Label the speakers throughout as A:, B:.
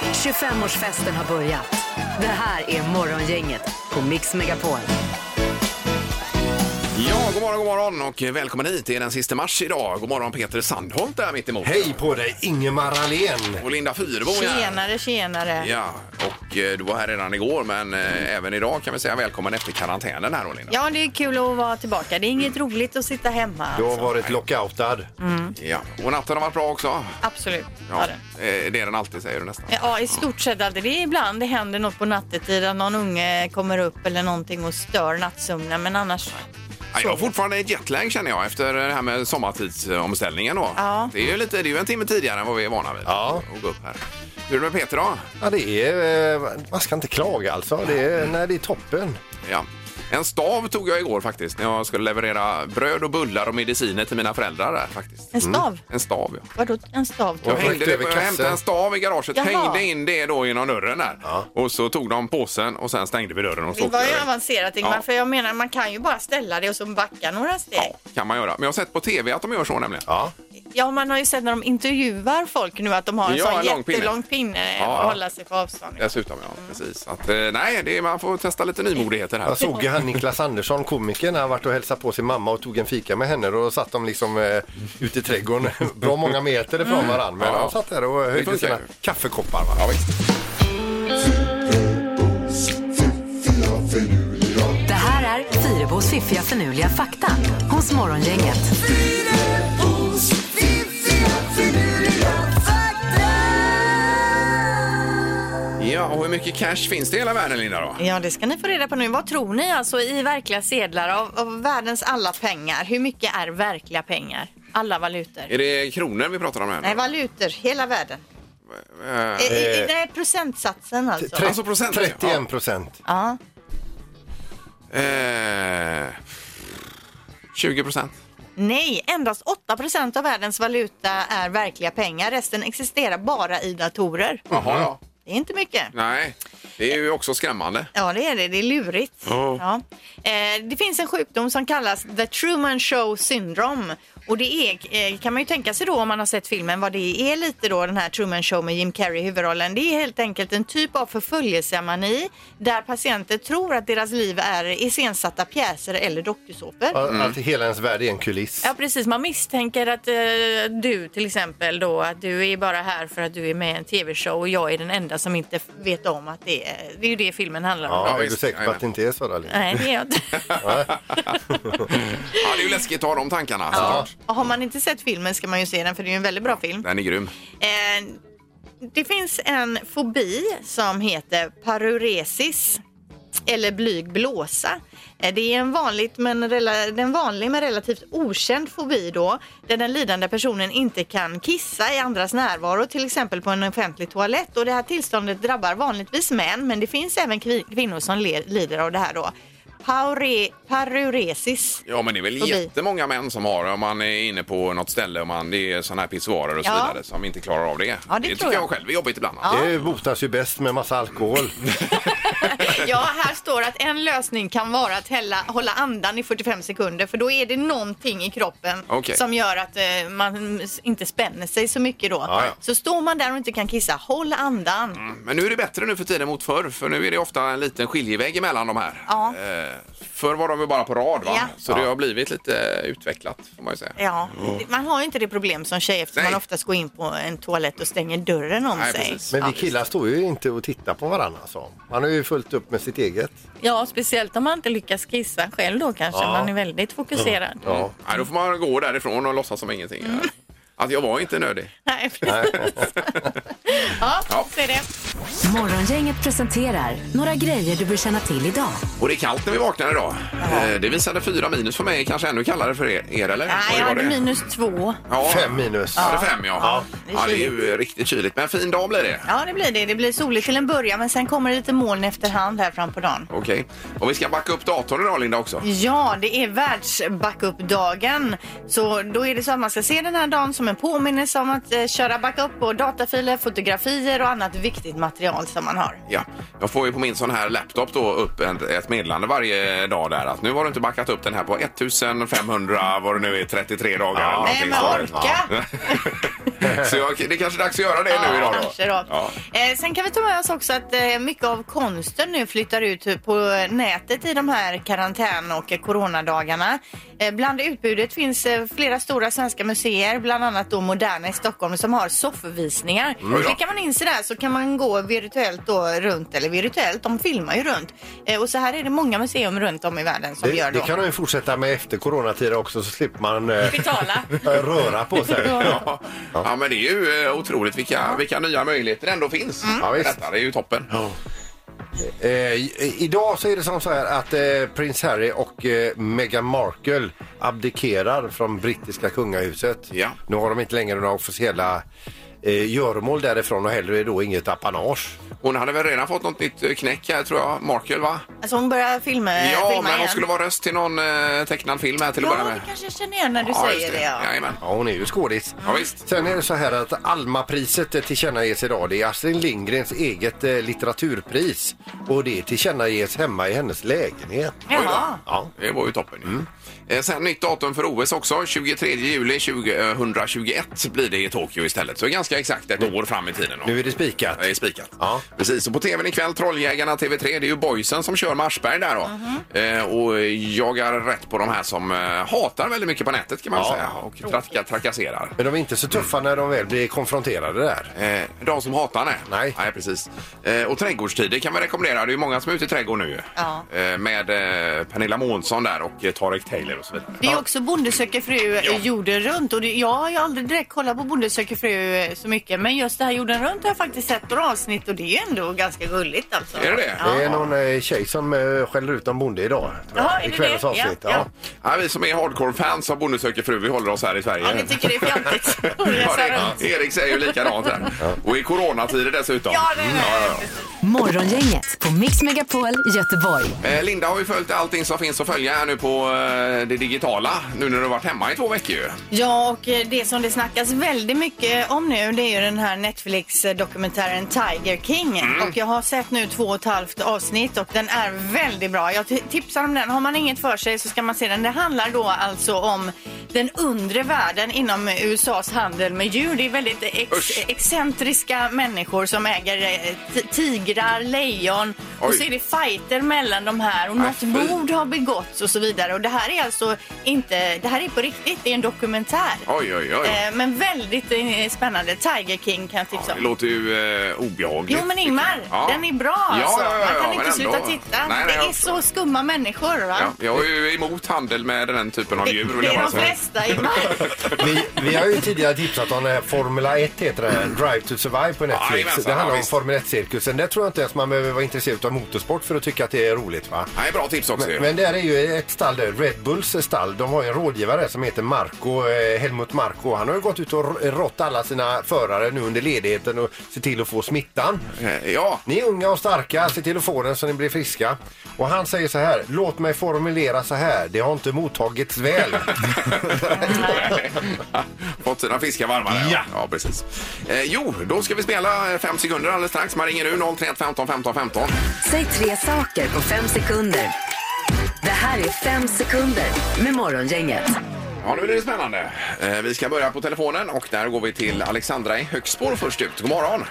A: 25-årsfesten har börjat. Det här är Morgongänget på Mix Megapol.
B: Ja, god morgon, god morgon och välkommen hit. Det är den sista mars idag. God morgon Peter Sandholt där mitt emot.
C: Hej på dig Ingemar Ahlén!
B: Och Linda Fyrebo är här.
D: Tjenare, tjenare.
B: Oh, Ja, och eh, du var här redan igår men eh, även idag kan vi säga välkommen efter karantänen här då Linda.
D: Ja, det är kul att vara tillbaka. Det är inget roligt att sitta hemma.
C: Du har varit lockoutad.
B: Ja. Och natten har varit bra också.
D: Absolut.
B: Ja,
D: Ja.
B: eh, det är den alltid säger du nästan.
D: ja, i stort sett alltid. Det är ibland det händer något på nattetid att någon unge kommer upp eller någonting och stör nattsömnen. Men annars,
B: Ja, jag har fortfarande ett jetlag känner jag efter det här med sommartidsomställningen då.
D: Ja.
B: Det är ju lite, det är ju en timme tidigare än vad vi är vana vid.
C: Ja.
B: Att gå upp här. Hur är det med Peter då?
C: Ja, det är... eh, Man ska inte klaga alltså. Det är, nej, det är toppen.
B: Ja. En stav tog jag igår faktiskt när jag skulle leverera bröd och bullar och mediciner till mina föräldrar där faktiskt. Mm.
D: en stav.
B: En stav ja.
D: Vadå en stav?
B: Jag,
C: Och
B: hängde
C: rakt
B: det,
C: över
B: jag
C: kassen.
B: hämtade en stav i garaget,
D: Jaha.
B: hängde in det då genom dörren där.
C: Ja.
B: Och så tog de påsen och sen stängde vi dörren och så
D: Det var
B: åkte
D: ju
B: jag iväg.
D: avancerat Ingmar,
B: Ja.
D: för jag menar man kan ju bara ställa det och så backa några steg.
B: Ja, kan man göra. Men jag har sett på tv att de gör så nämligen.
C: Ja.
D: Ja, man har ju sett när de intervjuar folk nu att de har en
B: Ja,
D: sån
B: en lång pinne.
D: jättelång pinne
B: Ja.
D: att hålla sig på avstånd.
B: Dessutom ja, precis. Att, eh, nej, det är, man får testa lite nymodigheter här.
C: Jag såg ju han Niklas Andersson, komikern, när han varit och hälsade på sin mamma och tog en fika med henne. Då satt de liksom eh, ute i trädgården, bra många meter ifrån varandra. Men
B: Ja.
C: de satt där och
B: Det
C: höjde
B: funkar
C: sina
B: ju.
C: kaffekoppar. Va?
B: Ja, visst.
A: Det här är Fyrebos fiffiga förnuliga fakta hos Morgongänget.
B: Ja, och hur mycket cash finns det i hela världen Linda då?
D: Ja, det ska ni få reda på nu. Vad tror ni alltså i verkliga sedlar av, av världens alla pengar? Hur mycket är verkliga pengar? Alla valutor?
B: Är det kronor vi pratar om här? nu?
D: Nej, valutor. Hela världen.
B: Eh,
D: I, i, i, det är procentsatsen alltså.
C: Tre-
B: Alltså procent, ja.
C: 31 procent.
D: Ja.
B: Eh, 20 procent.
D: Nej, endast 8 procent av världens valuta är verkliga pengar. Resten existerar bara i datorer.
B: Jaha, ja.
D: Det är inte mycket.
B: Mm. Nej, det är ju också skrämmande.
D: Ja, det är det. Det är lurigt.
B: Ja.
D: Ja. Eh, det finns en sjukdom som kallas The Truman Show Syndrome. Och det är, eh, kan man ju tänka sig då om man har sett filmen vad det är lite då den här Truman Show med Jim Carrey i huvudrollen. Det är helt enkelt en typ av förföljelsemani där patienter tror att deras liv är iscensatta pjäser eller dokusåpor.
C: Att- Att hela ens värld är en kuliss.
D: Ja precis, man misstänker att eh, du till exempel då att du är bara här för att du är med i en tv-show och jag är den enda som inte f- vet om att det är, det är ju det filmen handlar om.
C: Ja, är du
B: visst.
C: säker på att det inte är så? Där,
D: Nej, det är jag inte.
B: Ja, det är ju läskigt att ha de tankarna.
C: Ja.
B: såklart.
D: Och har man inte sett filmen ska man ju se den för det är ju en väldigt bra film.
B: Den är grym.
D: Eh, det finns en fobi som heter paruresis eller blyg blåsa. Eh, Det är en, vanligt, men rela- den vanlig men relativt okänd fobi då, där den lidande personen inte kan kissa i andras närvaro, till exempel på en offentlig toalett. Och det här tillståndet drabbar vanligtvis män, men det finns även kvi- kvinnor som le- lider av det här då. Paure- paruresis.
B: Ja, men det är väl
D: Fobi.
B: jättemånga män som har om man är inne på något ställe och man, det är sådana här pissoarer och så
D: Ja.
B: vidare som inte klarar av det.
D: det tror
B: tycker jag.
D: jag
B: själv är jobbigt ibland.
D: Ja.
C: Det botas ju bäst med massa alkohol.
D: Ja, här står att en lösning kan vara att hälla, hålla andan i 45 sekunder för då är det någonting i kroppen
B: Okej.
D: som gör att eh, man s- inte spänner sig så mycket då.
C: Ja, ja.
D: Så står man där och inte kan kissa, håll andan.
B: Men nu är det bättre nu för tiden mot förr, för nu är det ofta en liten skiljevägg mellan de här.
D: Ja.
B: Eh, förr var de ju bara på rad, va?
D: Ja.
B: så det har blivit lite utvecklat, får man ju säga.
D: Ja, man har ju inte det problem som tjej eftersom
B: Oh. Nej.
D: man oftast går in på en toalett och stänger dörren om
B: Nej,
D: sig.
B: precis.
C: Men vi killar står ju inte och tittar på varandra. Alltså. Man har ju fullt upp med sitt eget.
D: Ja, speciellt om man inte lyckas kissa själv då kanske.
C: Ja.
D: Man är väldigt fokuserad.
C: Ja.
B: Nej, då får man gå därifrån och låtsas som ingenting.
D: Mm.
B: Att jag var inte nödig.
D: Nej, precis. ja,
B: Ja.
D: så är det.
A: Morgongänget presenterar några grejer du bör känna till idag.
B: Och det är kallt när vi vaknar idag. Eh, Det visade fyra minus för mig, kanske ännu kallare för er, er eller?
D: Nej,
B: Vad
D: jag
B: var
D: hade
B: det?
D: minus två.
B: Ja.
C: Fem minus.
B: Ja, det är fem ja. Ja,
D: det
B: det
D: är
B: är, ju eh, riktigt kyligt. Men en fin dag blir det.
D: Ja, det blir det. Det blir soligt till en början, men sen kommer det lite moln efterhand här fram på dagen.
B: Okej. Och vi ska backa upp datorn idag Linda också.
D: Ja, det är världsbackup-dagen. Så då är det så att man ska se den här dagen som en påminnelse om att eh, köra backup på datafiler, fotografier och annat viktigt material som man har.
B: Ja, jag får ju på min sån här laptop då upp en- ett meddelande varje dag där att nu har du inte backat upp den här på 1500 vad det nu är 33 dagar. eller
D: Nej,
B: någonting
D: men
B: sånt där.
D: orka!
B: Så jag, det är kanske är dags att göra det nu idag då.
D: kanske då.
B: Ja.
D: Eh, sen kan vi ta med oss också att eh, mycket av konsten nu flyttar ut på eh, nätet i de här karantän och eh, coronadagarna. Eh, bland utbudet finns eh, flera stora svenska museer, bland annat då Moderna i Stockholm som har soffvisningar.
B: Oj då.
D: Klickar man in sig där så kan man gå virtuellt då runt, eller virtuellt, de filmar ju runt. Eh, och så här är det många museum runt om i världen som
C: Det,
D: gör då.
C: det kan de ju fortsätta med efter coronatider också så slipper man eh,
D: Betala.
C: röra på sig.
B: Ja. ja, men det är ju eh, otroligt vilka, vilka nya möjligheter det ändå finns.
D: Mm.
C: Ja, visst.
B: Detta, det är ju toppen.
C: Eh, i- idag så är det som så här att eh, prins Harry och eh, Meghan Markle abdikerar från brittiska kungahuset.
B: Ja.
C: Nu har de inte längre några officiella eh, göromål därifrån och heller är då inget apanage.
B: Hon hade väl redan fått något nytt eh, knäck här tror jag, Markel va?
D: Alltså hon börjar filma,
B: ja,
D: filma
B: men hon
D: igen.
B: skulle vara röst till någon eh, tecknad film här till att
D: Ja,
B: börja med.
D: det kanske jag känner igen när du
B: Ja, just
D: säger det. ja.
B: Jajamän.
C: Ja, hon är ju skådis.
B: Ja, visst.
C: Sen är det så här att Alma-priset eh, tillkännages idag. Det är Astrid Lindgrens eget eh, litteraturpris och det tillkännages hemma i hennes lägenhet.
B: Oj då.
D: Jaha.
C: Ja.
B: Det var ju toppen. ju. Eh, Sen nytt datum för OS också. 23 juli 2021 blir det i Tokyo istället. Så ganska exakt ett år fram i tiden. då.
C: Nu är det spikat.
B: Det är spikat.
C: Ja.
B: Precis, och på tvn ikväll, Trolljägarna TV3, det är ju boysen som kör med Aschberg där då.
D: Mhm.
B: Eh, och jagar rätt på de här som eh, hatar väldigt mycket på nätet kan man
C: Ja.
B: säga och traka, trakasserar.
C: Men de är inte så tuffa när de väl blir konfronterade där.
B: Eh, de som hatar nej.
C: Nej.
B: nej precis. Eh, och trädgårdstider kan vi rekommendera. Det är ju många som är ute i trädgården nu ju.
D: Ja.
B: eh, Med eh, Pernilla Månsson där och eh, Tarek Taylor och så vidare.
D: Det är också Bonde söker fru eh,
B: Ja.
D: jorden runt. Och det, jag har ju aldrig direkt kollat på Bonde söker fru eh, så mycket. Men just det här jorden runt har jag faktiskt sett några avsnitt och det är ju ändå ganska gulligt alltså.
B: Är det det?
D: Ja.
C: Det är någon eh, tjej som eh, skäller ut någon bonde idag. tror jag,
D: Jaha, är
C: I
D: det
C: kvällens
D: det?
C: avsnitt.
D: Ja,
C: Ja,
D: ja.
B: Ja, vi som är hardcore-fans av Bonde söker fru, vi håller oss här i Sverige.
D: Ja, ni tycker det är fjantigt att
B: Ja,
D: resa runt.
B: det, Erik säger ju likadant här. Och i coronatider dessutom.
D: Ja, det är det.
A: Morgongänget på Mix Megapol Göteborg.
B: Eh, Linda har ju följt allting som finns att följa här nu på eh, det digitala. Nu när du har varit hemma i två veckor ju.
D: Ja, och eh, det som det snackas väldigt mycket om nu det är ju den här Netflix-dokumentären Tiger King.
B: Mm.
D: Och jag har sett nu två och ett halvt avsnitt och den är väldigt bra. Jag ti- tipsar om den. Har man inget för sig så ska man se den. Det handlar då alltså om den undre världen inom USAs handel med djur. Det är väldigt ex-
B: Usch.
D: excentriska människor som äger eh, ti- tigrar, lejon och
B: Oj.
D: så är det fighter mellan de här och
B: Nej,
D: något
B: fy.
D: mord har begåtts och så vidare. Och det här är alltså inte, det här är på riktigt, det är en dokumentär.
B: Oj, oj, oj.
D: Eh, Men väldigt eh, spännande. Tiger King kan jag
B: Ja,
D: tipsa
B: det
D: om.
B: låter ju eh, obehagligt.
D: Jo men Ingmar,
B: Ja.
D: den är bra alltså.
B: ja, ja,
D: Man kan
B: ja,
D: inte
B: men
D: sluta
B: ändå.
D: titta.
B: Nej, nej,
D: det är
B: jag förstår.
D: så skumma människor va?
B: Ja, jag är ju emot handel med den typen av
D: Det,
B: djur. vill
D: det
B: jag
D: är
B: bara
D: de
B: säga.
D: flesta Ingmar.
C: Vi, vi har ju tidigare tipsat om eh, Formula 1 heter det, Drive to Survive på Netflix.
B: Jajamensan,
C: det handlar
B: ja,
C: om
B: visst.
C: Formel 1-cirkusen. Där tror jag inte ens man behöver vara intresserad av motorsport för att tycka att det är roligt va?
B: Nej, bra tips också ju.
C: Men där är ju ett stall där, Red Bulls stall. De har ju en rådgivare som heter Marco, eh, Helmut Marco. Han har ju gått ut och r- rått alla sina förare nu under ledigheten och se till att få smittan.
B: Eh, Ja,
C: Ni är unga och starka, se till att få den så ni blir friska. Och han säger så här, låt mig formulera så här, det har inte mottagits väl.
B: fått sina fiskar varmare. Ja. ja, precis. Eh, jo, då ska vi spela eh, fem sekunder alldeles strax. Man ringer nu 031 15 15 15.
A: Säg tre saker på fem sekunder. Det här är fem sekunder med Morgongänget.
B: Ja, nu är det spännande. Eh, vi ska börja på telefonen och där går vi till Alexandra i Högsborg först ut. God morgon!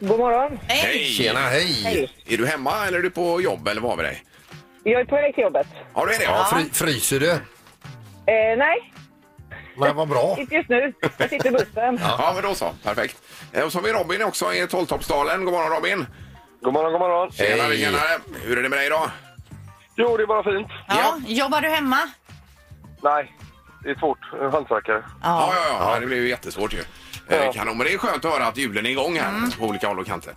E: God morgon.
D: Hej!
C: Tjena, hej!
E: Hej.
B: Är du hemma eller är du på jobb eller vad har vi dig?
E: Jag är på väg till jobbet.
B: Ja, du är det.
C: Ja, fry, fryser du?
E: Eh, nej,
C: Men vad bra.
E: inte just nu. Jag sitter i bussen.
B: Ja, men då så. Perfekt. Eh, Och så har vi Robin också i Tolltoppsdalen. God morgon Robin!
F: God morgon, god morgon.
B: Tjena,
C: Hej.
B: tjenare! Hur är det med dig idag?
F: Jo, det är bara fint.
D: Ja, jobbar du hemma?
F: Nej, det är svårt. Jag är Hantverkare.
B: Ja, ja, ja. Det blir ju jättesvårt ju. Eh,
F: Ja.
B: Kanon, men det är skönt att höra att julen är igång här på olika håll och kanter.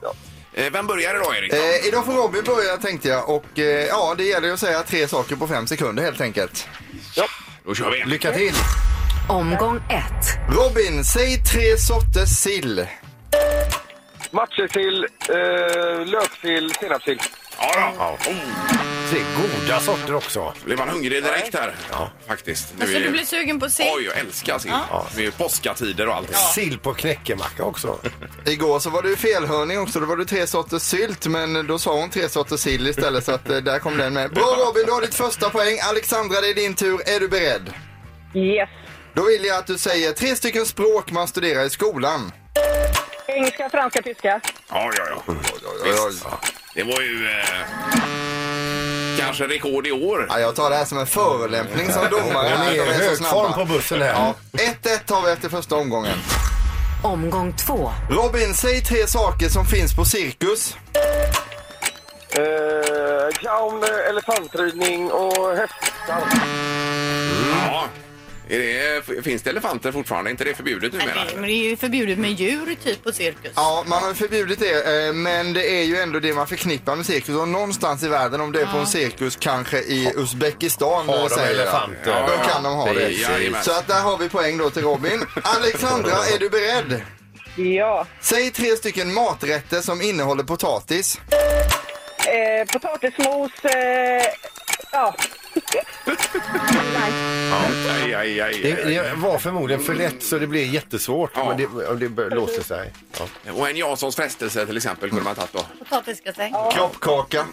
B: Eh, Vem börjar idag Erik?
G: Eh, idag får Robin börja tänkte jag och eh, ja, det gäller ju att säga tre saker på fem sekunder helt enkelt.
B: Då kör vi!
C: Lycka till!
A: Omgång ett.
G: Robin, säg tre sorters sill.
F: Matjessill, eh, löksill, senapssill.
B: Ja, då. Oh,
C: Se, goda sorter också.
B: blir man hungrig direkt här. Ja. Faktiskt. Nu
D: Alltså
B: är
D: du
B: ju-
D: blir sugen på sill?
B: Oj, jag älskar sill. Det är ju påskatider och allting.
C: Sill på knäckemacka också.
G: Igår så var det ju felhörning också, då var det tre sorters sylt men då sa hon tre sorters sill istället så att eh, där kom den med. Bra Robin, du har ditt första poäng. Alexandra, det är din tur. Är du beredd?
E: Yes.
G: Då vill jag att du säger tre stycken språk man studerar i skolan.
E: Engelska, franska, tyska.
B: Ja, ja, ja. Visst. Det var ju eh, kanske rekord i år.
G: Ja, jag tar det här som en förolämpning som domare.
C: Hon är
G: här.
C: i
G: De är så
C: hög form på
G: snabba.
C: bussen här.
G: Ja, 1-1 har vi efter första omgången.
A: Omgång två.
G: Robin, säg tre saker som finns på cirkus.
F: Eh, clown, eh, elefantridning och hästar.
B: Ja. Är det, f- finns det elefanter fortfarande? Är inte det förbjudet
D: Men
B: numera?
D: det- men det är ju förbjudet med djur typ på cirkus.
G: Ja, man har förbjudit det, eh, men det är ju ändå det man förknippar med cirkus. Och någonstans i världen, om det är på en cirkus, kanske i Uzbekistan, eh,
C: Har de
G: säger jag.
C: elefanter?
G: Ja, Då kan de ha det.
B: Jajamän.
G: Så att där har vi poäng då till Robin. Alexandra, är du beredd?
E: Ja.
G: Säg tre stycken maträtter som innehåller potatis.
E: Eh, potatismos. Eh, ja.
B: Aj, aj, aj.
C: Det, det var förmodligen för lätt så det blev jättesvårt.
B: Ja.
C: Men det, det bör- låser sig. Ja.
B: Och en Janssons frestelse till exempel kunde man tagit då.
D: Potatisgratäng.
G: Kroppkaka.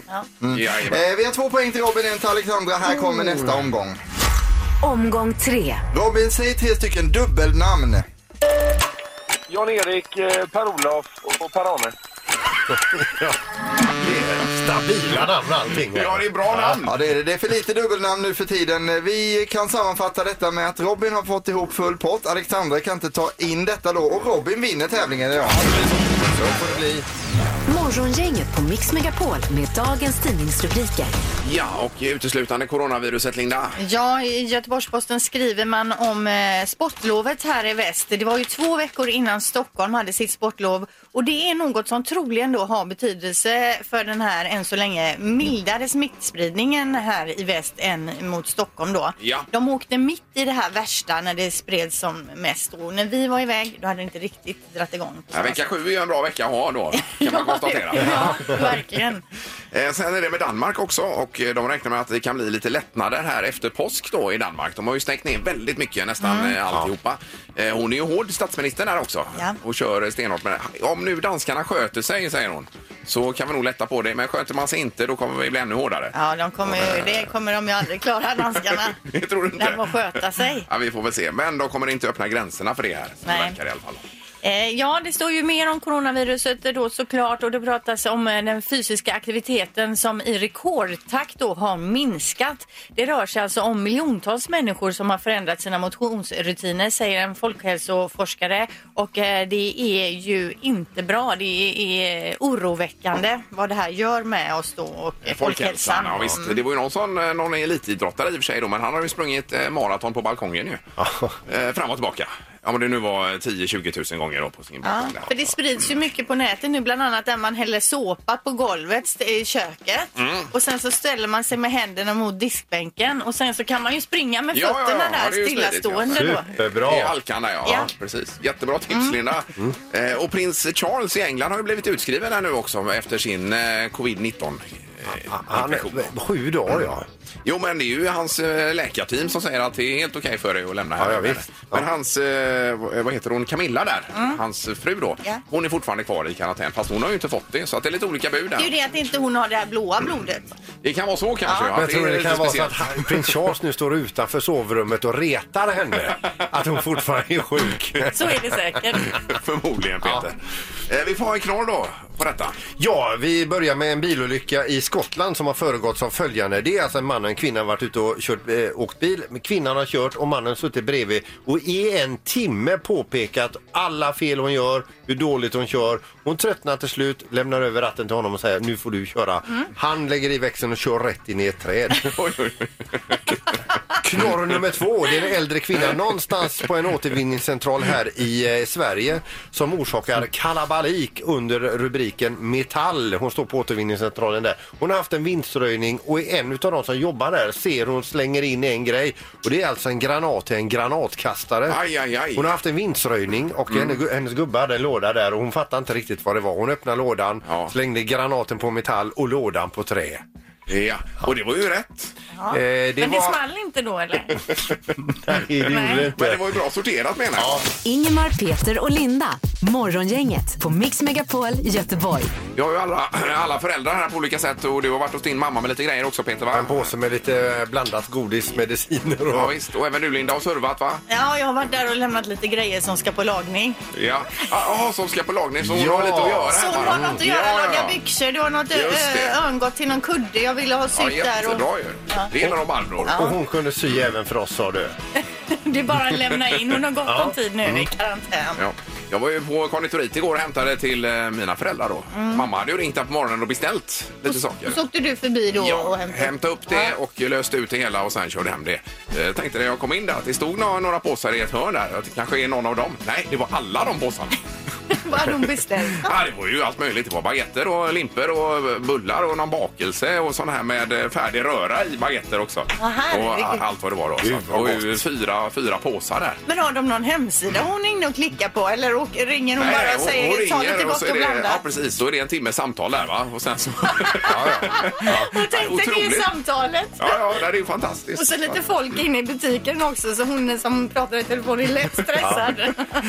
B: Jajamän.
G: Eh, vi har två poäng till Robin, en till Alexandra. Här kommer nästa omgång.
A: Omgång tre.
G: Robin, säg tre stycken dubbelnamn.
F: Jan-Erik, eh, Per-Olof och Per-Arne.
C: Stabila namn allting.
B: Ja, det är bra namn.
G: Ja, det är det. Det är för lite dubbelnamn nu för tiden. Vi kan sammanfatta detta med att Robin har fått ihop full pott. Alexandra kan inte ta in detta då och Robin vinner tävlingen idag. Så får det bli.
A: Morgongänget på Mix Megapol med dagens tidningsrubriker.
B: Ja, och uteslutande coronaviruset, Linda.
D: Ja, i Göteborgs-Posten skriver man om eh, sportlovet här i väst. Det var ju två veckor innan Stockholm hade sitt sportlov och det är något som troligen då har betydelse för den här än så länge mildare smittspridningen här i väst än mot Stockholm då.
B: Ja.
D: De åkte mitt i det här värsta när det spreds som mest och när vi var iväg då hade det inte riktigt dratt igång.
B: Ja, vecka sju är ju en bra vecka att ha då, kan man konstatera.
D: ja, verkligen.
B: Eh, Sen är det med Danmark också och eh, de räknar med att det kan bli lite lättnader här efter påsk då i Danmark. De har ju stängt ner väldigt mycket, nästan mm. alltihopa. Eh, Hon är ju hård, statsministern här också,
D: Ja.
B: och kör stenhårt med det. Om nu danskarna sköter sig, säger hon, så kan vi nog lätta på det. Men sköter man sig inte, då kommer vi bli ännu hårdare.
D: Ja, de kommer, det kommer de ju aldrig klara, danskarna.
B: Det tror du inte?
D: Lär de sköta sig.
B: Ja, vi får väl se. Men de kommer inte öppna gränserna för det här. som
D: Nej.
B: det Verkar i alla fall.
D: Eh, ja, det står ju mer om coronaviruset då såklart och det pratas om eh, den fysiska aktiviteten som i rekordtakt då har minskat. Det rör sig alltså om miljontals människor som har förändrat sina motionsrutiner säger en folkhälsoforskare och eh, det är ju inte bra. Det är oroväckande vad det här gör med oss då och eh, folkhälsan. Mm.
B: Ja, visst. Det var ju någon, sån, eh, någon elitidrottare i och för sig då, men han har ju sprungit eh, maraton på balkongen ju. Eh, Fram och tillbaka. Ja, men det nu var eh, 10-20 000 gånger då på sin
D: Ja,
B: balkong. där.
D: för det sprids ju mycket på nätet nu, bland annat där man häller såpa på golvet st- i köket
B: Mm.
D: och sen så ställer man sig med händerna mot diskbänken och sen så kan man ju springa med
B: Ja, ja, ja.
D: fötterna
B: Ja, det är
D: där
B: ju smidigt,
D: stillastående då.
C: Superbra. Mm.
B: I halkan där, ja. ja.
D: Ja. Mm.
B: Precis. Jättebra tips, Linda. Eh, och prins Charles i England har ju blivit utskriven här nu också efter sin eh, covid-19. eh,
C: Han,
B: infektion.
C: sju dagar ja.
B: Jo, men det är ju hans eh, läkarteam som säger att det är helt okej för dig att lämna här.
C: Ja, ja, visst.
B: Men hans, eh, v- vad heter hon, Camilla där, hans fru då,
D: Mm. Ja.
B: hon är fortfarande kvar i karantän. Fast hon har ju inte fått det, så att det är lite olika bud
D: Det är ju
B: där.
D: det att inte hon har det här blåa blodet.
B: Det kan vara så kanske.
C: Men jag tror det
B: lite
C: kan vara så att
B: speciellt.
C: han, prins Charles nu står utanför sovrummet och retar henne att hon fortfarande är sjuk.
D: Så är det säkert.
B: Förmodligen, Peter. Eh, vi får ha en knorr då på detta.
C: Ja, vi börjar med en bilolycka i Skottland som har föregått som följande. Det är alltså en man och en kvinna har varit ute och kört, eh, åkt bil. Kvinnan har kört och mannen suttit bredvid och i en timme påpekat alla fel hon gör, hur dåligt hon kör. Hon tröttnar till slut, lämnar över ratten till honom och säger nu får du köra. Han lägger i växeln och kör rätt in i ett träd.
B: Oj, oj, oj.
C: Knorr nummer två, det är en äldre kvinna någonstans på en återvinningscentral här i eh, Sverige som orsakar kalabalik under rubriken metall. Hon står på återvinningscentralen där. Hon har haft en vinströjning och är en av de som jobbar där ser hon slänger in en grej och det är alltså en granat till en granatkastare.
B: Aj, aj, aj. Mm.
C: Hon har haft en vinströjning och henne- hennes gubbe hade en låda där och hon fattade inte riktigt vad det var. Hon öppnade lådan,
B: Ja.
C: slängde granaten på metall och lådan på trä.
B: Ja, och det var ju rätt.
H: Eh, det
I: Men det
H: var...
I: small inte då eller?
H: Nej, det gjorde det
I: Nej.
B: Men det
H: inte.
B: var ju bra sorterat menar jag.
A: Ingemar, Peter och Linda. Morgongänget på Mix Megapol Göteborg.
B: Vi har ju alla, alla föräldrar här på olika sätt och du har varit hos din mamma med lite grejer också Peter va?
H: En påse med lite eh, blandat godis, mediciner
B: Ja
H: och...
B: visst, och även du Linda har servat va?
D: Ja, jag har varit där och lämnat lite grejer som ska på lagning.
B: Ja. Jaha, som ska på lagning så hon
H: Ja.
B: har lite att göra
D: Så
B: här
D: hon har något att göra,
B: Ja, ja,
D: laga
B: ja.
D: byxor, du har något
B: Just det.
D: ö- örngott till någon kudde jag ville ha
B: Ja,
D: sytt där.
B: jättebra
D: Och...
B: ju. Det gillar de Barbro.
H: Och hon kunde sy även för oss sa du.
I: Det är bara att lämna in. Hon har gott
H: Ja.
I: om tid nu
B: Mm.
I: i karantän.
B: Ja. Jag var ju på konditorit igår och hämtade till eh, mina föräldrar då. Mamma hade ju ringt här på morgonen och beställt lite saker.
D: Mm. Och så åkte du förbi då och
B: Ja,
D: hämtade.
B: hämta upp det och löste ut det hela och sen körde hem det. Eh, tänkte när jag kom in där att det stod några, några påsar i ett hörn där. Att det kanske är någon av dem. Nej, det var alla de påsarna.
D: Vad hade hon beställt?
B: Ja, det var ju allt möjligt. Det var baguetter och limper och bullar och någon bakelse och sån här med eh, färdig röra i baguetter också.
D: Vad härligt.
B: och a- allt vad det var då. Så
H: Gud,
B: att Det
H: vad
B: var ju fyra, fyra påsar där.
D: Men har de någon hemsida hon är inne och klickar på eller åk- ringer hon bara och säger ta lite
B: och
D: gott
B: så
D: och,
B: är det,
D: blandat?
B: Ja, precis. Då är det en timmes samtal där va? Och sen så...
I: Jag tänkte det
B: Otroligt.
I: är samtalet.
B: Ja, ja, det är ju fantastiskt.
I: Och så lite folk inne i butiken också så hon som pratar i telefon är lätt stressad.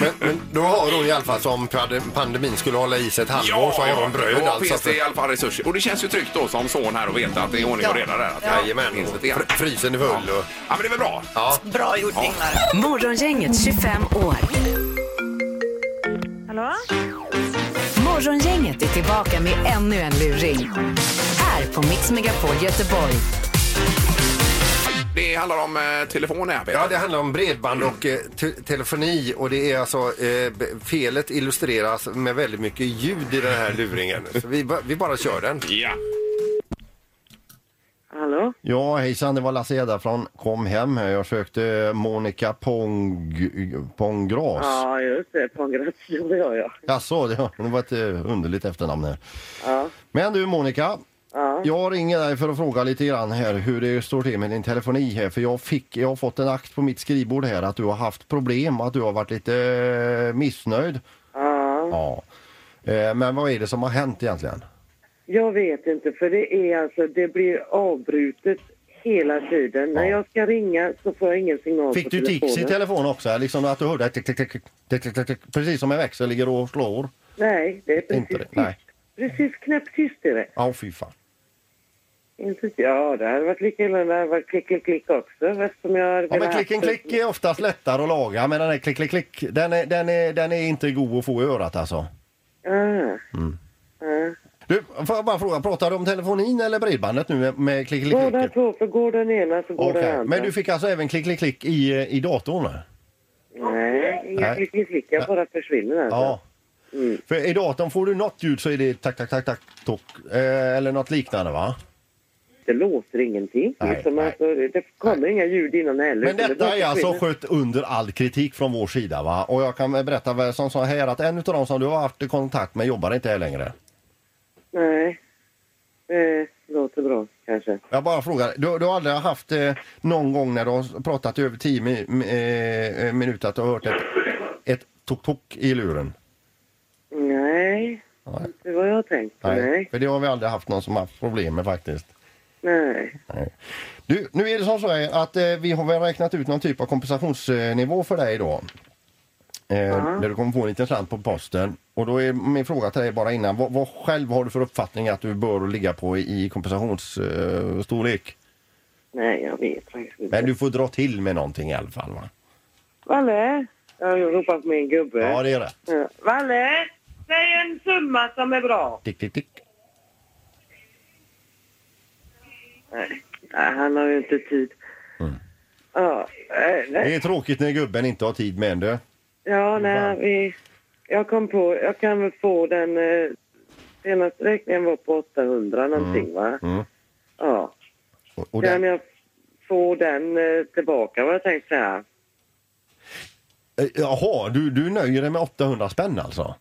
H: Men, men då har hon i alla fall som pande- pandemin skulle hålla i sig ett halvår så har hon bröd
B: då
H: alltså.
B: finns
H: För,
B: det i alla fall resurser. Och det känns ju tryggt då som son här att veta att det är ordning och reda där. Att det
H: Jajamän,
B: finns
H: och
B: lite grann.
H: fr- frysen är full och...
B: Ja, men det är väl bra.
H: Ja.
D: Bra gjort Ingmar.
A: Morgongänget 25 år.
E: Hallå?
A: Morgongänget är tillbaka med ännu en luring. Här på Mix Megapol Göteborg.
B: Det handlar om eh, telefon här, Peter.
H: Ja, det handlar om bredband och eh, te- telefoni och det är alltså eh, b- felet illustreras med väldigt mycket ljud i den här luringen. Så vi, ba- vi bara kör den.
B: Ja.
E: Hallå?
C: Ja, hejsan, det var Lasse Edda från Kom hem här. Jag sökte Monica Pong... Pongras. Ja.
E: Ja, just det. Pongrat gjorde jag, ja.
C: Jaså, det det var ett eh, underligt efternamn här. Men du Monica, jag ringer dig för att fråga lite grann här hur det står till med din telefoni här. För jag, fick, jag har fått en akt på mitt skrivbord här att du har haft problem, att du har varit lite eh, missnöjd. Ja. Eh, Men vad är det som har hänt egentligen?
E: Jag vet inte, för det är alltså, det blir avbrutet hela tiden. När jag ska ringa så får jag ingen signal på
C: Fick du
E: telefonen.
C: tics i telefon också? här? Liksom att du hörde tick, tick, tick, tick, tick, tick, tick, tick, precis som en växel ligger och slår?
E: Nej, det är precis
C: Inte det, nej.
E: tyst. Precis knäpptyst är det.
C: Ja, fy fan.
E: Inte, ja, det hade varit lika illa om det hade varit klick, klick, klick också eftersom jag hade
C: Ja, men
E: velat
C: klicken
E: haft-
C: klick är oftast lättare att laga, men den här klick, klick, klick, den är, den är, den är inte god att få i örat alltså.
E: Ah.
C: Mm. Du, får jag bara fråga, pratar du om telefonin eller bredbandet nu med, med klick, klick,
E: Båda
C: klick?
E: två, för går den ena så går den
C: Okej,
E: andra.
C: Men du fick alltså även klick, klick, klick i, eh, i datorn?
E: Nej, inga
C: Nej.
E: klick, klick, klick. Jag bara försvinner alltså.
C: Ja. För i datorn får du något ljud så är det tack, tack, tack, tack, tok, eh, eller något liknande va?
E: Det låter ingenting.
C: Nej,
E: liksom,
C: nej.
E: alltså, det det kommer inga ljud innan heller.
C: Men
E: utan det bara
C: detta är alltså
E: försvinner.
C: skött under all kritik från vår sida va? Och jag kan väl berätta väl som så här att en av de som du har haft i kontakt med jobbar inte här längre.
E: Nej, Eh, det låter bra kanske.
C: Jag bara frågar, du, du har aldrig haft eh, någon gång när du har pratat i över tio mi, mi- eh, eh, minuter att du har hört ett, ett tok-tok i luren?
E: Nej,
C: Nej.
E: inte vad jag tänkte. Nej.
C: För det har vi aldrig haft någon som har haft problem med faktiskt.
E: Nej.
C: Nej. Du, nu är det som så här att eh, vi har väl räknat ut någon typ av kompensationsnivå för dig då. Eh, Där du kommer få en liten slant på posten. Och då är min fråga till dig bara innan, vad, vad själv har du för uppfattning att du bör ligga på i, i kompensationsstorlek? Eh, storlek?
E: Nej, jag vet faktiskt inte.
C: Men du får dra till med någonting i alla fall va?
E: Valle? Jag har ju ropat på min gubbe.
C: Ja, det är rätt.
E: Ja. Valle? Säg en summa som är bra.
C: Tick, tick, tick.
E: Nej, Nej, han har ju inte tid.
C: Mm.
E: Ja, nej, nej.
C: Det är tråkigt när gubben inte har tid med en du.
E: Ja, nej, vi... Jag kom på, jag kan väl få den... Eh, senaste räkningen var på 800 någonting va?
C: Mm.
E: Ja.
C: Och, och
E: Kan
C: den,
E: jag få den eh, tillbaka vad jag tänkte säga?
C: Eh, jaha, du, du nöjer dig med 800 spänn alltså?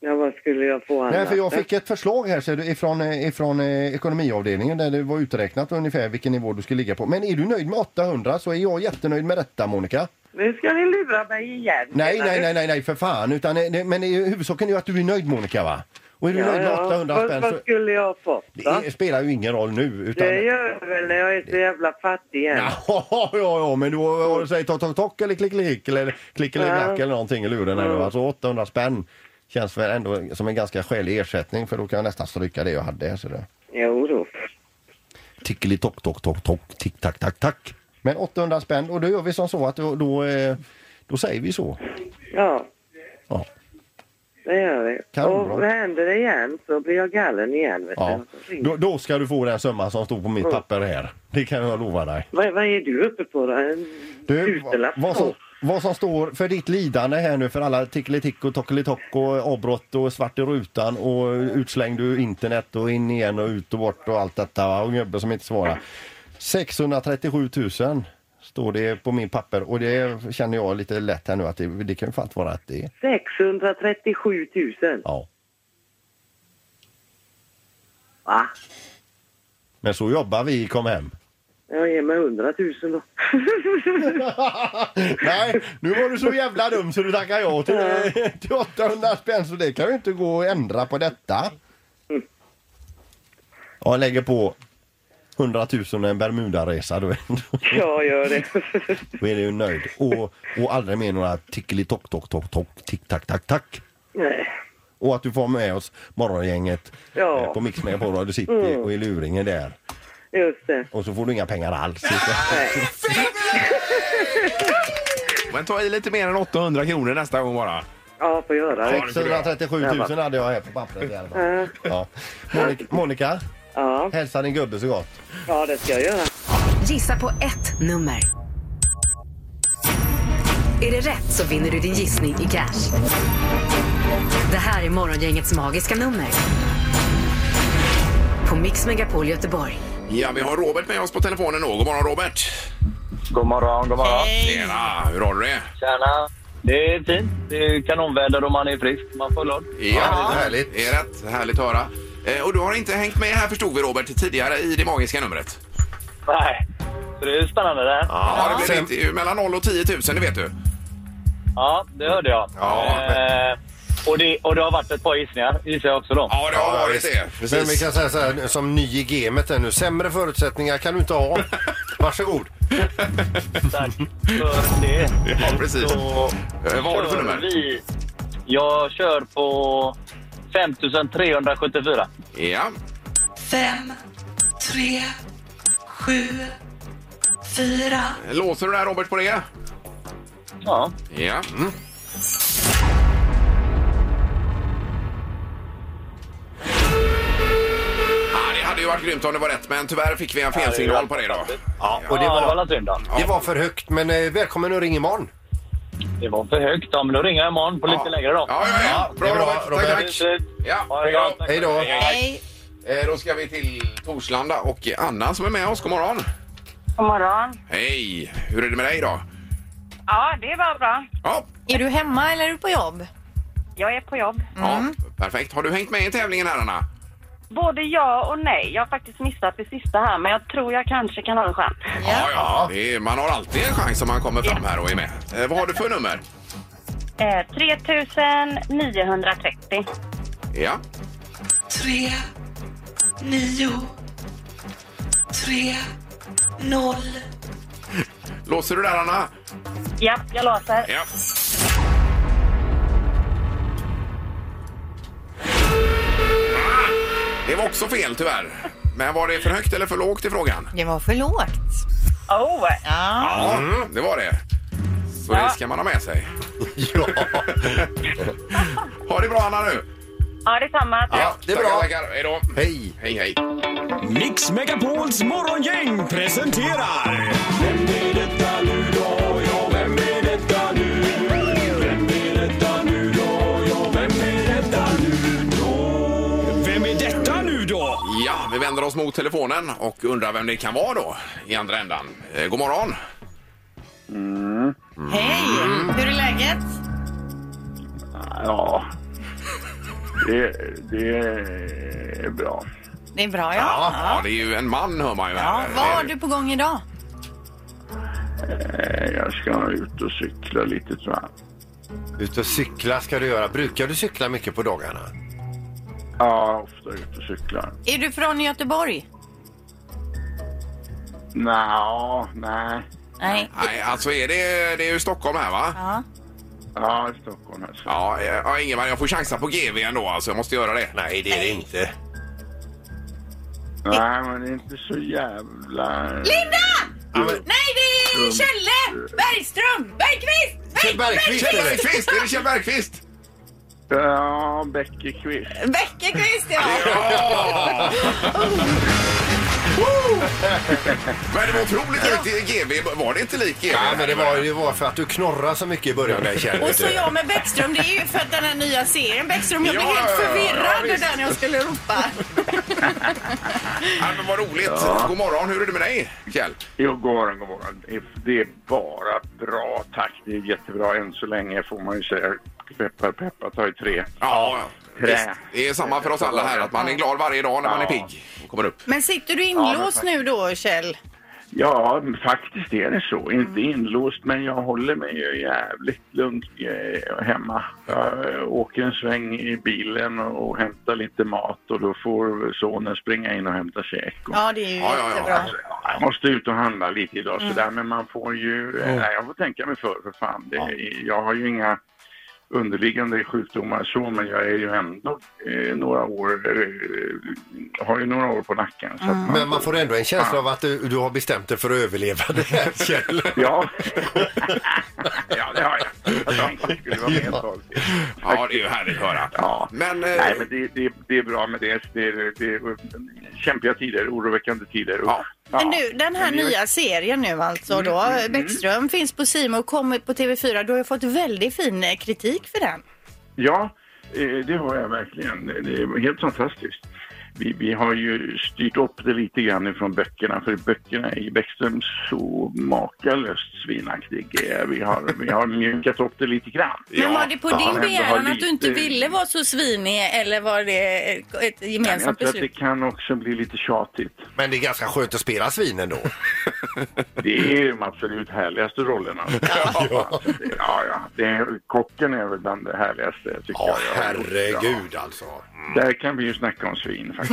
E: Ja, vad skulle jag få annars?
C: Nej, för jag fick ett förslag här ser du, ifrån, eh, ifrån eh, ekonomiavdelningen där det var uträknat ungefär vilken nivå du skulle ligga på. Men är du nöjd med 800 så är jag jättenöjd med detta Monica.
E: Nu ska ni lura mig igen.
C: Nej,
E: menar
C: nej,
E: du?
C: nej, nej, nej för fan. Utan, eh, det- men i huvudsaken är ju att du är nöjd Monica va? Och är du nöjd med 800
F: Vad,
C: spänn
F: vad
C: så
F: skulle jag ha fått då?
C: det spelar ju ingen roll nu. Utan...
F: Det gör jag väl när jag är så jävla fattig igen.
C: Ja, ja, ja, men då har du sagt tock, tock, tock eller klick, klick eller klick eller klack eller någonting i luren.
F: Mm.
C: här nu. Alltså 800 spänn känns väl ändå som en ganska skälig ersättning för då kan jag nästan stryka det jag hade. Så det.
F: Jo då.
C: Tickeli tock, tock, tock, tock, tick, tack, tack, tack. Men 800 spänn och då gör vi som så att då, då, eh, då säger vi så.
F: Ja,
C: Ja.
F: det gör vi.
C: Kanonbra.
F: Och händer det igen så blir jag gallen igen. Vet
C: Ja.
F: du.
C: Då, då ska du få den summa som står på mitt papper här. Det kan jag lova dig.
F: Vad, vad är du uppe på då? En
C: Du, vad-
F: tusenlapp?
C: vad som, vad som står för ditt lidande här nu för alla tickelitick och tockelitok och avbrott och svart i rutan och utslängd ur internet och in igen och ut och bort och allt detta va? och gubbe som inte svarar. 637 000 står det på min papper och det känner jag lite lätt här nu att det, det kan ju fan inte vara att det är.
F: 637 000?
C: Ja.
F: Va?
C: Men så jobbar vi i Kom Hem.
F: Jag ger mig 100 000 då.
C: Nej, nu var du så jävla dum så du tackar ja till, till 800 spänn så det kan ju inte gå att ändra på detta. Ja, jag lägger på 100 000 och en Bermudaresa då,
F: Jag gör det.
C: då är du ju nöjd. Och, och aldrig mer några tickelitok tok tok tok tick tack tack tack.
F: Nej.
C: Och att du får med oss morgongänget
F: Ja.
C: eh, på Mix Megapol Radio City och i luringen där.
F: Just det.
C: Och så får du inga pengar alls.
B: Men ta i lite mer än 800 kronor nästa gång bara.
F: Ja, får göra det.
C: 637 000 hade jag här på pappret i alla fall. Ja. Monica, Monica,
F: Ja,
C: hälsa din gubbe så gott.
F: ja det ska jag göra.
A: Gissa på ett nummer. Är det rätt så vinner du din gissning i cash. Det här är Morgongängets magiska nummer. På Mix Megapol Göteborg.
B: Ja, vi har Robert med oss på telefonen nu. God morgon Robert!
J: God morgon, god morgon.
B: Tjena! Hur har du det?
J: Tjena. Det är fint. Det är kanonväder om man är frisk. Man får lån.
B: Ja, härligt. Är rätt. Härligt att höra. Eh, Och du har inte hängt med här förstod vi Robert tidigare i det magiska numret.
J: Nej. Så det är spännande det här.
B: Ja, det blir inte, ju mellan 0 och 10 000, det vet du.
J: Ja, det hörde jag.
B: Ja,
J: Eh, och, det, och det har varit ett par gissningar, gissar jag också då.
B: Ja, det har varit
K: visst.
B: det.
K: Men vi
B: Precis.
K: kan säga så här, som ny i gamet här nu, sämre förutsättningar kan du inte ha. Varsågod.
J: Tack för det.
B: Ja, precis.
J: Så
B: Eh, Vad har du för
J: kör
B: nummer?
J: vi. Jag kör på 5374.
B: Ja.
E: Fem, tre, sju, fyra.
B: Låser du där Robert på det?
J: Ja.
B: Ja. Mm. Ja, det hade ju varit grymt om det var rätt, men tyvärr fick vi en felsignal på det då.
K: Ja, och
J: Och
K: det
J: det var
K: var,
J: alla synd då.
K: det var för högt, men eh, välkommen och ring imorgon.
J: Det var för högt. Ja, men då ringer jag imorgon på lite
B: Ja.
J: lägre då.
B: Ja, ja, ja.
K: det
B: Bra,
K: är bra,
B: Robert.
K: Robert.
B: Tack, tack. Ja,
J: Ha det gott.
B: hej
K: Hej då.
D: Nej.
B: då. Eh, Då ska vi till Torslanda och Anna som är med oss. God morgon.
E: God morgon.
B: Hej! Hur är det med dig då?
E: Ja, det var bra.
B: Ja,
D: Är du hemma eller är du på jobb?
E: Jag är på jobb.
B: ja perfekt. Har du hängt med i tävlingen här Anna?
E: Både ja och nej. Jag har faktiskt missat det sista här, men jag tror jag kanske kan ha en chans.
B: Ja, ja. Det är, man har alltid en chans om man kommer fram här och är med. Eh, vad har du för nummer?
E: Eh, 3930.
B: Ja.
E: Tre, nio, tre, noll.
B: Låser du där Anna?
E: Ja, jag låser.
B: Ja. Ah, Det var också fel tyvärr. Men var det för högt eller för lågt i frågan?
L: Det var för lågt.
E: Oh,
L: Ja.
B: Ja, Mm, det var det. Så det ska man ha med sig.
K: Ja,
B: Ha det bra Anna nu!
E: ja detsamma.
K: ja det är
B: Tackar,
K: bra.
B: tackar. Hej då!
K: Hej.
B: Hej, hej.
M: Mix Megapols morgongäng presenterar... Vem är detta nu då? Ja, vem är detta nu? Vem är detta nu då? Ja, vem är detta nu då? Vem är detta nu då?
B: Ja, vi vänder oss mot telefonen och undrar vem det kan vara då i andra ändan. Eh, god morgon!
L: Hej!
B: Mm.
L: Hur är läget?
M: Ja, det, det är bra.
L: Det är bra, ja.
B: Ja. det är ju en man hör man ju
D: Ja,
B: här.
D: vad har du på gång idag?
M: Eh, Jag ska ut och cykla lite, tror jag.
K: Ut och cykla ska du göra. Brukar du cykla mycket på dagarna?
J: Ja, ofta ute och cyklar.
N: Är du från Göteborg?
J: Nja, nej.
N: Nej.
B: Nej, alltså är det, det är ju Stockholm här va?
N: Ja.
J: Ja, i Stockholm här.
B: Ja, eh, ja, Ingemar, jag får chansa på GV ändå alltså. Jag måste göra det.
C: Nej, det är det inte.
J: Nej, men det är inte så jävla...
N: Linda! Nej, det är Kjelle Bergström! Bergqvist!
J: Kjell Bergqvist,
B: Kjell Bergqvist! Är det Kjell Bergqvist?
J: Ja, Bäckerqvist.
N: Bäckerqvist, ja!
B: Ja! Woo! Men det var otroligt likt GV. Var det inte likt GV?
C: Ja, men det var, det var för att du knorrade så mycket i början där Kjell.
N: Och så jag med Bäckström, det är ju för att den här nya serien Bäckström, jag blev helt förvirrad där när jag skulle ropa.
B: Ja, men vad roligt. God morgon. Hur är det med dig, Kjell?
J: Jo, god morgon, god morgon. Det är bara bra, tack. Det är jättebra. Än så länge får man ju säga peppar, peppar, ta i tre.
B: Ja,
J: Trä.
B: visst. Det är samma för oss alla här, att man är glad varje dag när man är pigg och kommer upp.
D: Men sitter du
J: Ja, men
D: inlåst
J: tack.
D: nu då, Kjell?
J: Ja, men faktiskt är det så. Inte inlåst, men jag håller mig ju jävligt lugnt eh, hemma. Jag eh, åker en sväng i bilen och, och hämtar lite mat och då får sonen springa in och hämta käk. Och,
D: Ja, det är ju
J: Ja, ja, ja.
D: jättebra.
J: Alltså, jag måste ut och handla lite idag
D: Mm.
J: sådär, men man får ju... eh,
O: Mm.
J: Nej, jag får tänka mig för, för fan. Det, Jag har ju inga underliggande sjukdomar så, men jag är ju ändå eh, några år... Eh, har ju några år på nacken. Så att
C: Mm. Men man får ändå en känsla av att du, du har bestämt dig för att överleva det här Kjell.
J: Ja. ja, det har jag. Jag tänkte det skulle vara med ett tag till.
B: Ja, det är ju härligt att höra.
J: Ja.
B: Men, eh,
J: Nej, men det, det, det är bra med det. Det är, det är kämpiga tider, oroväckande tider. Ja.
D: Men du, den här
J: Men Mm, jag-
D: nya serien nu alltså då, Bäckström finns på Simo och kommer på TV4. Du har ju fått väldigt fin eh, kritik för den.
J: Ja, eh, det har jag verkligen. Det är helt fantastiskt. Vi, vi har ju styrt upp det lite grann från böckerna, för böckerna är ju Bäckström så makalöst svinaktig. Eh, Vi har, vi har mjukat upp det lite grann.
N: Men var det på
J: Ja,
N: din
J: men ändå har
N: begäran att du inte
J: lite-
N: ville vara så svinig eller var det ett
J: Jag tror
N: gemensamt
J: att det
N: beslut?
J: kan också bli lite tjatigt.
C: Men det är ganska skönt att spela svin ändå.
J: Det är ju de absolut härligaste rollerna. Ja, ja. Det är, kocken är väl bland det härligaste tycker
C: Ja,
J: jag.
C: herregud alltså.
J: Ja. Där kan vi ju snacka om svin faktiskt.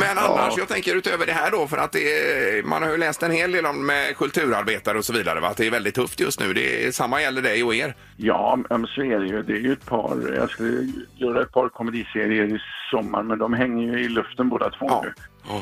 B: men annars, jag tänker utöver det här då, för att det är, man har ju läst en hel del om med kulturarbetare och så vidare, va? att det är väldigt tufft just nu. Det är, samma gäller dig och er.
J: Ja, men så är det ju. Det är ju ett par, jag skulle göra ett par komediserier i sommar, men de hänger ju i luften båda två nu.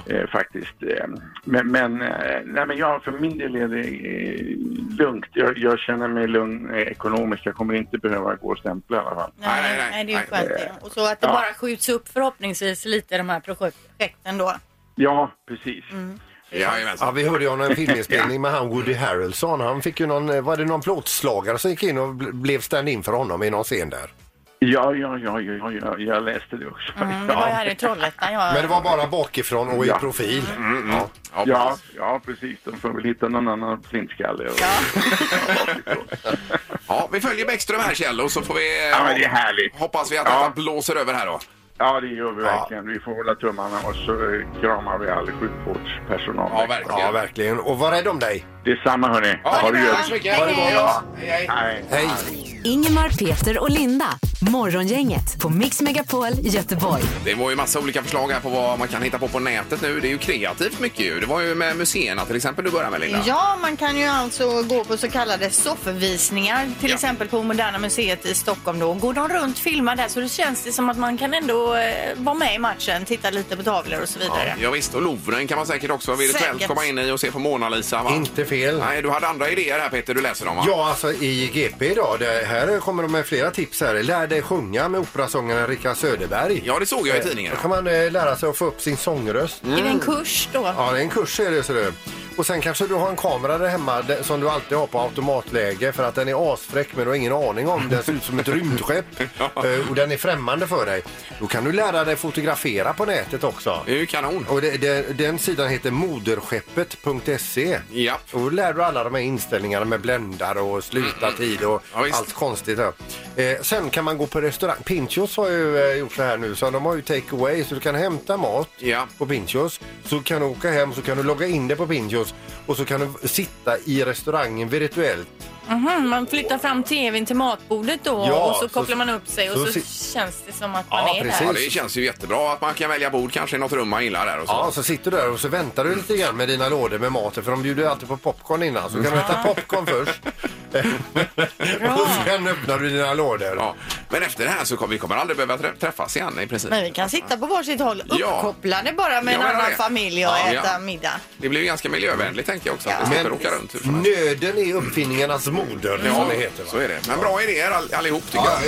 J: Eh, faktiskt. Eh, Men, men, eh, nej, men jag, för min del är det eh, lugnt. Jag, jag känner mig lugn eh, ekonomiskt. Jag kommer inte behöva gå och stämpla i alla fall.
N: Nej, nej, nej, det är ju skönt det. Och så att det
J: Ja.
N: bara skjuts upp förhoppningsvis lite de här projekten då.
J: Ja, precis.
B: Eh,
C: Ja, vi hörde ju om en filminspelning med han Woody Harrelson. Han fick ju någon, eh, var det någon plåtslagare som gick in och bl- blev stand-in för honom i någon scen där?
J: Ja, ja, ja, ja, ja, jag läste det också.
N: Mm, det var ju här i Trollhättan. Jag...
C: Men det var bara bakifrån och i
J: Ja. Mm.
C: profil.
J: Ja. Ja, ja, precis. De får väl hitta någon annan flintskalle. Och...
B: Ja, vi följer Bäckström här Kjell och så får vi... eh,
J: Ja, men det är härligt.
B: Hoppas vi att
J: Ja.
B: detta blåser över här då.
J: Ja, det gör vi verkligen. Vi får hålla tummarna och så eh, kramar vi all sjukvårdspersonal. Ja, verkligen.
C: Ja, verkligen. Och var rädd om dig.
J: Detsamma hörni. ha det gött.
C: Ha det bra. Ja.
B: Hej,
J: hej.
C: Hej.
A: Ingemar, Peter och Linda. Morgongänget på Mix Megapol Göteborg.
B: Det var ju massa olika förslag här på vad man kan hitta på på nätet nu. Det är ju kreativt mycket ju. Det var ju med museerna till exempel du började med Linda.
D: Ja, man kan ju alltså gå på så kallade soffvisningar, till exempel på Moderna Museet i Stockholm då. Går de runt, filmar där så det känns det som att man kan ändå eh, vara med i matchen, titta lite på tavlor och så vidare.
B: Ja, visst, och Louvren kan man säkert också virtuellt
D: Säkert.
B: komma in i och se på Mona Lisa. Va?
C: Inte fel.
B: Nej, du hade andra idéer här Peter, du läser dem va?
C: Ja, alltså i GP idag, det här kommer de med flera tips här. Lär dig sjunga med operasångaren Rickard Söderberg.
B: Ja, det såg jag i tidningen,
C: Då kan man eh, lära sig att få upp sin sångröst.
D: Är det en kurs då?
C: Ja, det är en kurs är det ser du. Och sen kanske du har en kamera där hemma de- som du alltid har på automatläge för att den är asfräck men du har ingen aning om. Den ser ut som ett rymdskepp eh, och den är främmande för dig. Då kan du lära dig fotografera på nätet också.
B: Det är ju kanon.
C: Och det, det, den sidan heter moderskeppet.se.
B: Ja.
C: Och då lär du alla de här inställningarna med bländare och sluta tid och
B: Mm. Ja, visst.
C: allt konstigt. Här. Eh, sen kan man gå på restaurang. Pinchos har ju eh, gjort så här nu så de har ju take away så du kan hämta mat
B: Ja.
C: på Pinchos. Så kan du åka hem så kan du logga in dig på Pinchos och så kan du sitta i restaurangen virtuellt
P: Mhm, man flyttar fram tvn till matbordet då
B: Ja,
P: och så
B: så-
P: kopplar man upp sig och
B: så
P: så,
B: si-
P: känns det som att man
B: Ja,
P: är
B: precis.
P: där.
B: det känns ju jättebra att man kan välja bord kanske i något rum man gillar där och så.
C: Ja, så sitter du där och så väntar du lite grann med dina lådor med maten för de bjuder ju alltid på popcorn innan. Så kan du äta popcorn först. och sen öppnar du dina lådor.
B: Ja. Men efter det här så kommer vi kommer aldrig behöva trä- träffas igen i princip.
Q: Men vi kan sitta på varsitt håll
B: Ja.
Q: uppkopplade bara med
B: Jag
Q: en
B: menar
Q: annan
B: det.
Q: familj och
B: Ja.
Q: äta
B: Ja.
Q: middag.
B: Det blir ju ganska miljövänligt tänker jag också. Att vi slipper åka runt. hur som helst.
C: Nöden är uppfinningarnas moder, som det heter. Va?
B: Så är det. Men bra idéer all, allihop tycker jag.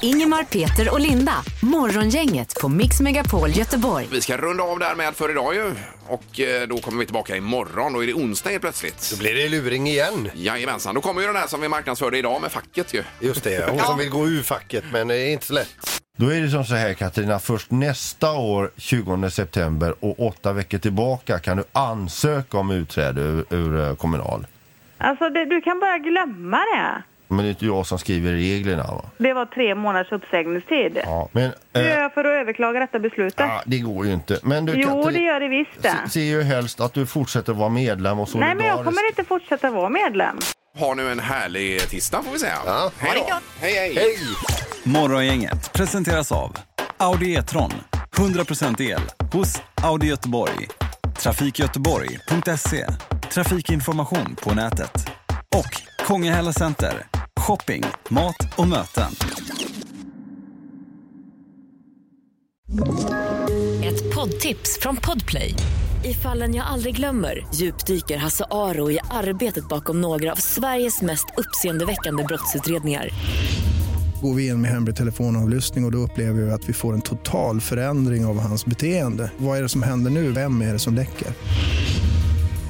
R: Ingemar, Peter och Linda. Morgongänget på Mix Megapol Göteborg.
B: Vi ska runda av därmed för idag ju. Och eh, då kommer vi tillbaka imorgon. Då är det onsdag helt plötsligt. Då
C: blir det luring igen.
B: Jajamensan. Då kommer ju den här som vi marknadsförde idag med facket ju.
C: Just det, hon som vill gå ur facket men det är inte så lätt.
S: Då är det som så här Katarina, först nästa år 20 september och åtta veckor tillbaka kan du ansöka om utträde ur, ur eh, Kommunal.
E: Alltså, det, du kan bara glömma det.
S: Men det är inte jag som skriver reglerna va?
E: Det var tre månaders uppsägningstid.
S: Ja. Men
E: Hur
S: eh,
E: gör jag för att överklaga detta beslutet?
S: ah, det går ju inte. Men du
E: jo,
S: Katarina,
E: det gör det visst
S: se-
E: det.
S: ser ju helst att du fortsätter vara medlem och
E: Nej,
S: solidarisk.
E: men jag kommer inte fortsätta vara medlem.
B: Ha nu en härlig tisdag får vi säga. Ja. Hej då. Hej, hej.
J: Morgongänget presenteras av Audi E-tron. 100% el hos Audi Göteborg. Trafikgöteborg.se. Trafikinformation på nätet. Och Kongahälla Center. Shopping, mat och möten.
A: Ett poddtips från Podplay. I fallen jag aldrig glömmer djupdyker Hasse Aro i arbetet bakom några av Sveriges mest uppseendeväckande brottsutredningar.
F: Går vi in med hemlig telefonavlyssning och, och då upplever vi att vi får en total förändring av hans beteende. Vad är det som händer nu? Vem är det som läcker?